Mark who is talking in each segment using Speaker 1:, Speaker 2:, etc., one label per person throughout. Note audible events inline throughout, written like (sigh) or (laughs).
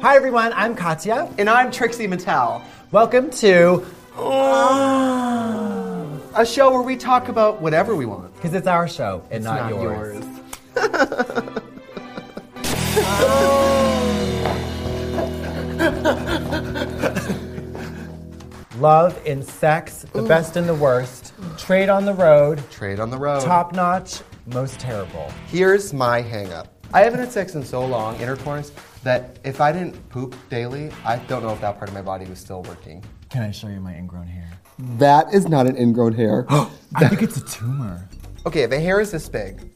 Speaker 1: Hi everyone, I'm Katya.
Speaker 2: And I'm Trixie Mattel,
Speaker 1: Welcome to
Speaker 2: a show where we talk about whatever we want.
Speaker 1: because it's our show and not,
Speaker 2: Not
Speaker 1: yours.
Speaker 2: yours.
Speaker 1: Love and sex, the best and the worst. Trade on the road,
Speaker 2: Trade on the road.
Speaker 1: top notch, most terrible.
Speaker 2: Here's my hang up. I haven't had sex in so long, intercourse, that if I didn't poop daily, I don't know if that part of my body was still working.
Speaker 1: Can I show you my ingrown hair?
Speaker 2: That is not an
Speaker 1: (gasps)
Speaker 2: ingrown hair.
Speaker 1: I think it's a tumor.
Speaker 2: okay, if a hair is this big,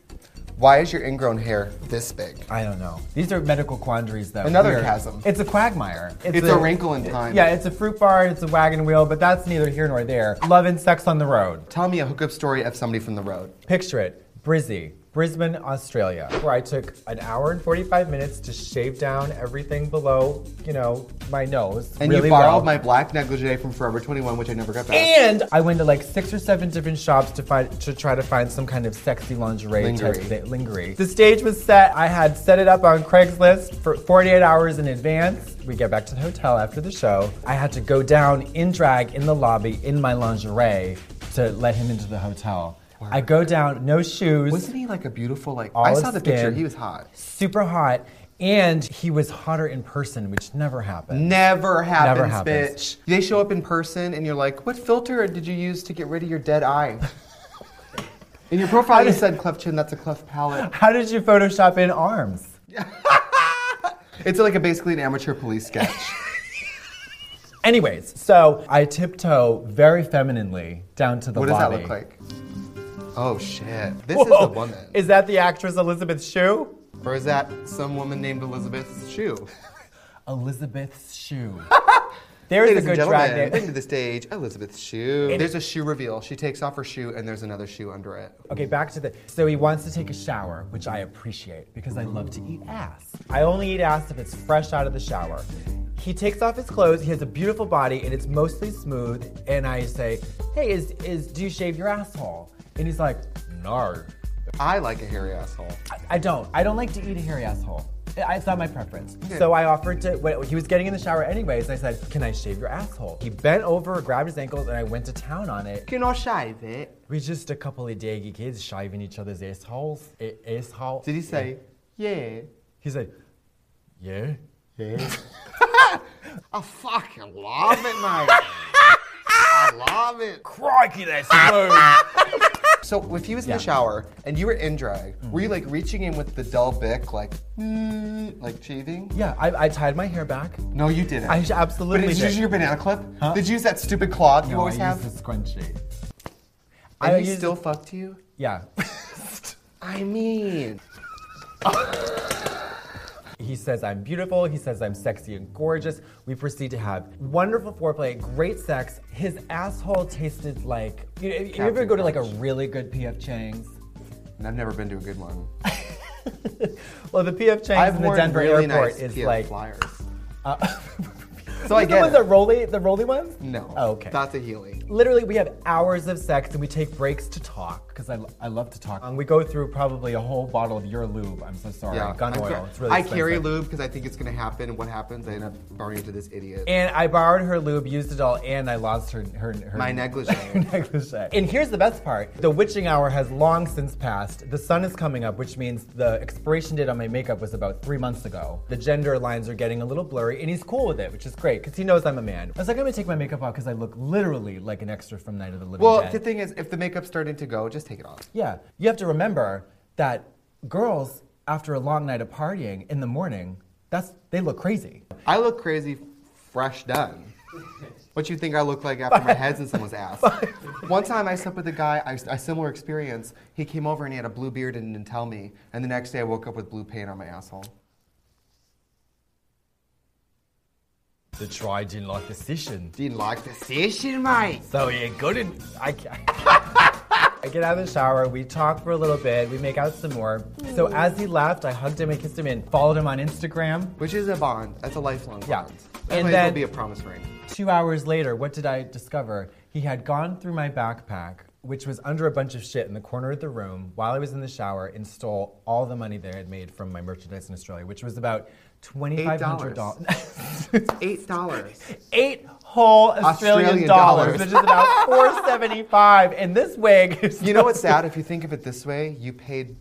Speaker 2: why is your ingrown hair this big?
Speaker 1: I don't know. These are medical quandaries, though.
Speaker 2: Another
Speaker 1: We are-
Speaker 2: chasm.
Speaker 1: It's a quagmire.
Speaker 2: It's a wrinkle in time.
Speaker 1: Yeah, it's a fruit bar. It's a wagon wheel, but that's neither here nor there. Love and sex on the road.
Speaker 2: Tell me a hookup story of somebody from the road.
Speaker 1: Picture it, Brizzy, Brisbane, Australia, where I took an hour and 45 minutes to shave down everything below, you know, my nose.
Speaker 2: And
Speaker 1: really
Speaker 2: you borrowed
Speaker 1: well.
Speaker 2: my black negligee from Forever 21, which I never got back.
Speaker 1: And I went to like six or seven different shops to find to try to find some kind of sexy lingerie type
Speaker 2: Lingerie.
Speaker 1: thing. Lingerie. The stage was set. I had set it up on Craigslist for 48 hours in advance. We get back to the hotel after the show. I had to go down in drag in the lobby in my lingerie to let him into the hotel. I go down, no shoes.
Speaker 2: Wasn't he like a beautiful, like, I
Speaker 1: Olive
Speaker 2: saw the picture,
Speaker 1: skin.
Speaker 2: he was hot.
Speaker 1: super hot, and he was hotter in person, which never happened.
Speaker 2: Never happens,
Speaker 1: Never happens.
Speaker 2: bitch. They show up in person and you're like, what filter did you use to get rid of your dead eye? in your profile, you said cleft chin, that's a cleft palate.
Speaker 1: How did you Photoshop in arms?
Speaker 2: It's like a basically an amateur police sketch.
Speaker 1: Anyways, so I tiptoe very femininely down to the
Speaker 2: what does that
Speaker 1: lobby.
Speaker 2: look like? Oh shit. This
Speaker 1: Whoa.
Speaker 2: is the woman.
Speaker 1: Is that the actress Elizabeth
Speaker 2: (laughs)
Speaker 1: Shue?
Speaker 2: or is that some woman named Elizabeth Shue?
Speaker 1: Elizabeth Shue. (laughs) There's a
Speaker 2: Ladies and
Speaker 1: good drag
Speaker 2: gentlemen,
Speaker 1: name.
Speaker 2: bring to the stage Elizabeth Shue. There's a shoe reveal. She takes off her shoe and there's another shoe under it.
Speaker 1: Okay, back to the. So he wants to take a shower, which I appreciate because I love to eat ass. I only eat ass if it's fresh out of the shower. He takes off his clothes. He has a beautiful body, and it's mostly smooth. And I say, "Hey, is is do you shave your asshole?" And he's like, "No,
Speaker 2: I like a hairy asshole.
Speaker 1: I, I don't. I don't like to eat a hairy asshole." I- It's not my preference. So I offered to. When he was getting in the shower, anyways. I said, "Can I shave your asshole?" He bent over, grabbed his ankles, and I went to town on it.
Speaker 2: Can I shave it?
Speaker 1: We just a couple of daggy kids shaving each other's assholes. A- asshole.
Speaker 2: Did he say, yeah?
Speaker 1: He said, "Yeah."
Speaker 2: I fucking love it, mate. I love
Speaker 1: (laughs)
Speaker 2: it.
Speaker 1: Crikey, that's
Speaker 2: (laughs)
Speaker 1: smooth.
Speaker 2: So if he was in the
Speaker 1: Yeah. Mm.
Speaker 2: shower and you were in drag, were you like reaching in with the dull bick, like, mm, like shaving?
Speaker 1: yeah, I, I tied my hair back.
Speaker 2: No, you didn't.
Speaker 1: I sh-
Speaker 2: but
Speaker 1: absolutely
Speaker 2: did you use
Speaker 1: did.
Speaker 2: your banana clip?
Speaker 1: Huh?
Speaker 2: Did you use that stupid claw that you
Speaker 1: No,
Speaker 2: always
Speaker 1: I
Speaker 2: have?
Speaker 1: used the scrunchie.
Speaker 2: and
Speaker 1: I
Speaker 2: he
Speaker 1: used-
Speaker 2: still fucked you?
Speaker 1: Yeah.
Speaker 2: I mean,
Speaker 1: he says I'm beautiful. He says I'm sexy and gorgeous. We proceed to have wonderful foreplay, great sex. His asshole tasted like. You, you ever
Speaker 2: Captain
Speaker 1: go to like a
Speaker 2: Crunch.
Speaker 1: really good P.F. Chang's? (laughs)
Speaker 2: and I've never been to a good one.
Speaker 1: Well, the P.F. Chang's
Speaker 2: I've
Speaker 1: in the
Speaker 2: worn
Speaker 1: Denver
Speaker 2: really
Speaker 1: airport
Speaker 2: nice
Speaker 1: is
Speaker 2: PF
Speaker 1: like.
Speaker 2: flyers.
Speaker 1: Uh, (laughs)
Speaker 2: So I
Speaker 1: These
Speaker 2: get
Speaker 1: the ones
Speaker 2: it.
Speaker 1: that roly, the roly ones.
Speaker 2: No.
Speaker 1: Oh, okay.
Speaker 2: That's a Healy.
Speaker 1: Literally, we have hours of sex and we take breaks to talk because I, I love to talk. Um, we go through probably a whole bottle of your lube. I'm so sorry. Gun
Speaker 2: I'm
Speaker 1: oil.
Speaker 2: sorry.
Speaker 1: It's really
Speaker 2: I carry
Speaker 1: expensive.
Speaker 2: lube because I think it's gonna happen, and what happens, I end up borrowing it to this idiot.
Speaker 1: And I borrowed her lube, used it all, and I lost her her, her
Speaker 2: My negligee.
Speaker 1: negligee. And here's the best part: the witching hour has long since passed. The sun is coming up, which means the expiration date on my makeup was about three months ago. The gender lines are getting a little blurry, and he's cool with it, which is great because he knows I'm a man. I was like, I'm gonna take my makeup off because I look literally like an extra from Night of the Living
Speaker 2: Well,
Speaker 1: Dead.
Speaker 2: the thing is, if the makeup's starting to go, just take it off.
Speaker 1: Yeah. You have to remember that girls, after a long night of partying in the morning, that's they look crazy.
Speaker 2: I look crazy, fresh done.
Speaker 1: (laughs)
Speaker 2: What you think I look like after my head's in someone's ass? One time I slept with a guy, I, a similar experience. He came over and he had a blue beard and didn't tell me. And the next day I woke up with blue paint on my asshole.
Speaker 1: The try didn't like the session.
Speaker 2: Didn't like the session, mate.
Speaker 1: So you couldn't I can't. (laughs) I get out of the shower, we talk for a little bit, we make out some more. So as he left, I hugged him and kissed him and followed him on Instagram.
Speaker 2: Which is a bond. That's a lifelong
Speaker 1: Yeah.
Speaker 2: bond.
Speaker 1: And
Speaker 2: And that
Speaker 1: then-
Speaker 2: will be a promise ring.
Speaker 1: Two hours later, what did I discover? He had gone through my backpack, which was under a bunch of shit in the corner of the room while I was in the shower, and stole all the money that I had made from my merchandise in Australia, which was about $2,500.
Speaker 2: Eight dollars.
Speaker 1: (laughs) Eight whole Australian,
Speaker 2: Australian
Speaker 1: dollars,
Speaker 2: dollars.
Speaker 1: which is about 475 And this wig is
Speaker 2: (laughs) You know what's sad? If you think of it this way, you paid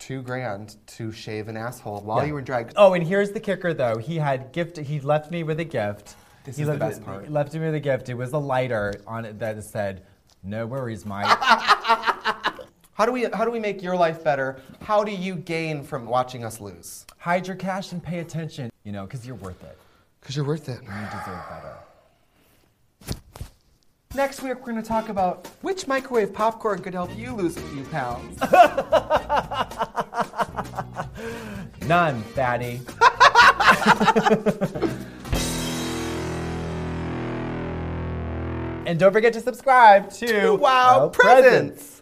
Speaker 2: two grand to shave an asshole while
Speaker 1: Yeah.
Speaker 2: you were in drag.
Speaker 1: Oh, and here's the kicker, though. He had gift. He left me with a gift.
Speaker 2: This
Speaker 1: he
Speaker 2: is the
Speaker 1: left,
Speaker 2: best part.
Speaker 1: He left me with a gift. It was a lighter on it that said, "No worries,
Speaker 2: (laughs)
Speaker 1: Mike."
Speaker 2: How do we how do we make your life better? How do you gain from watching us lose?
Speaker 1: Hide your cash and pay attention. You know, because you're worth it.
Speaker 2: Because you're worth it.
Speaker 1: You deserve better.
Speaker 2: Next week we're gonna talk about which microwave popcorn could help you lose a few pounds.
Speaker 1: None, fatty. (laughs) and don't forget to subscribe to
Speaker 2: Wow
Speaker 1: Wow
Speaker 2: Presents.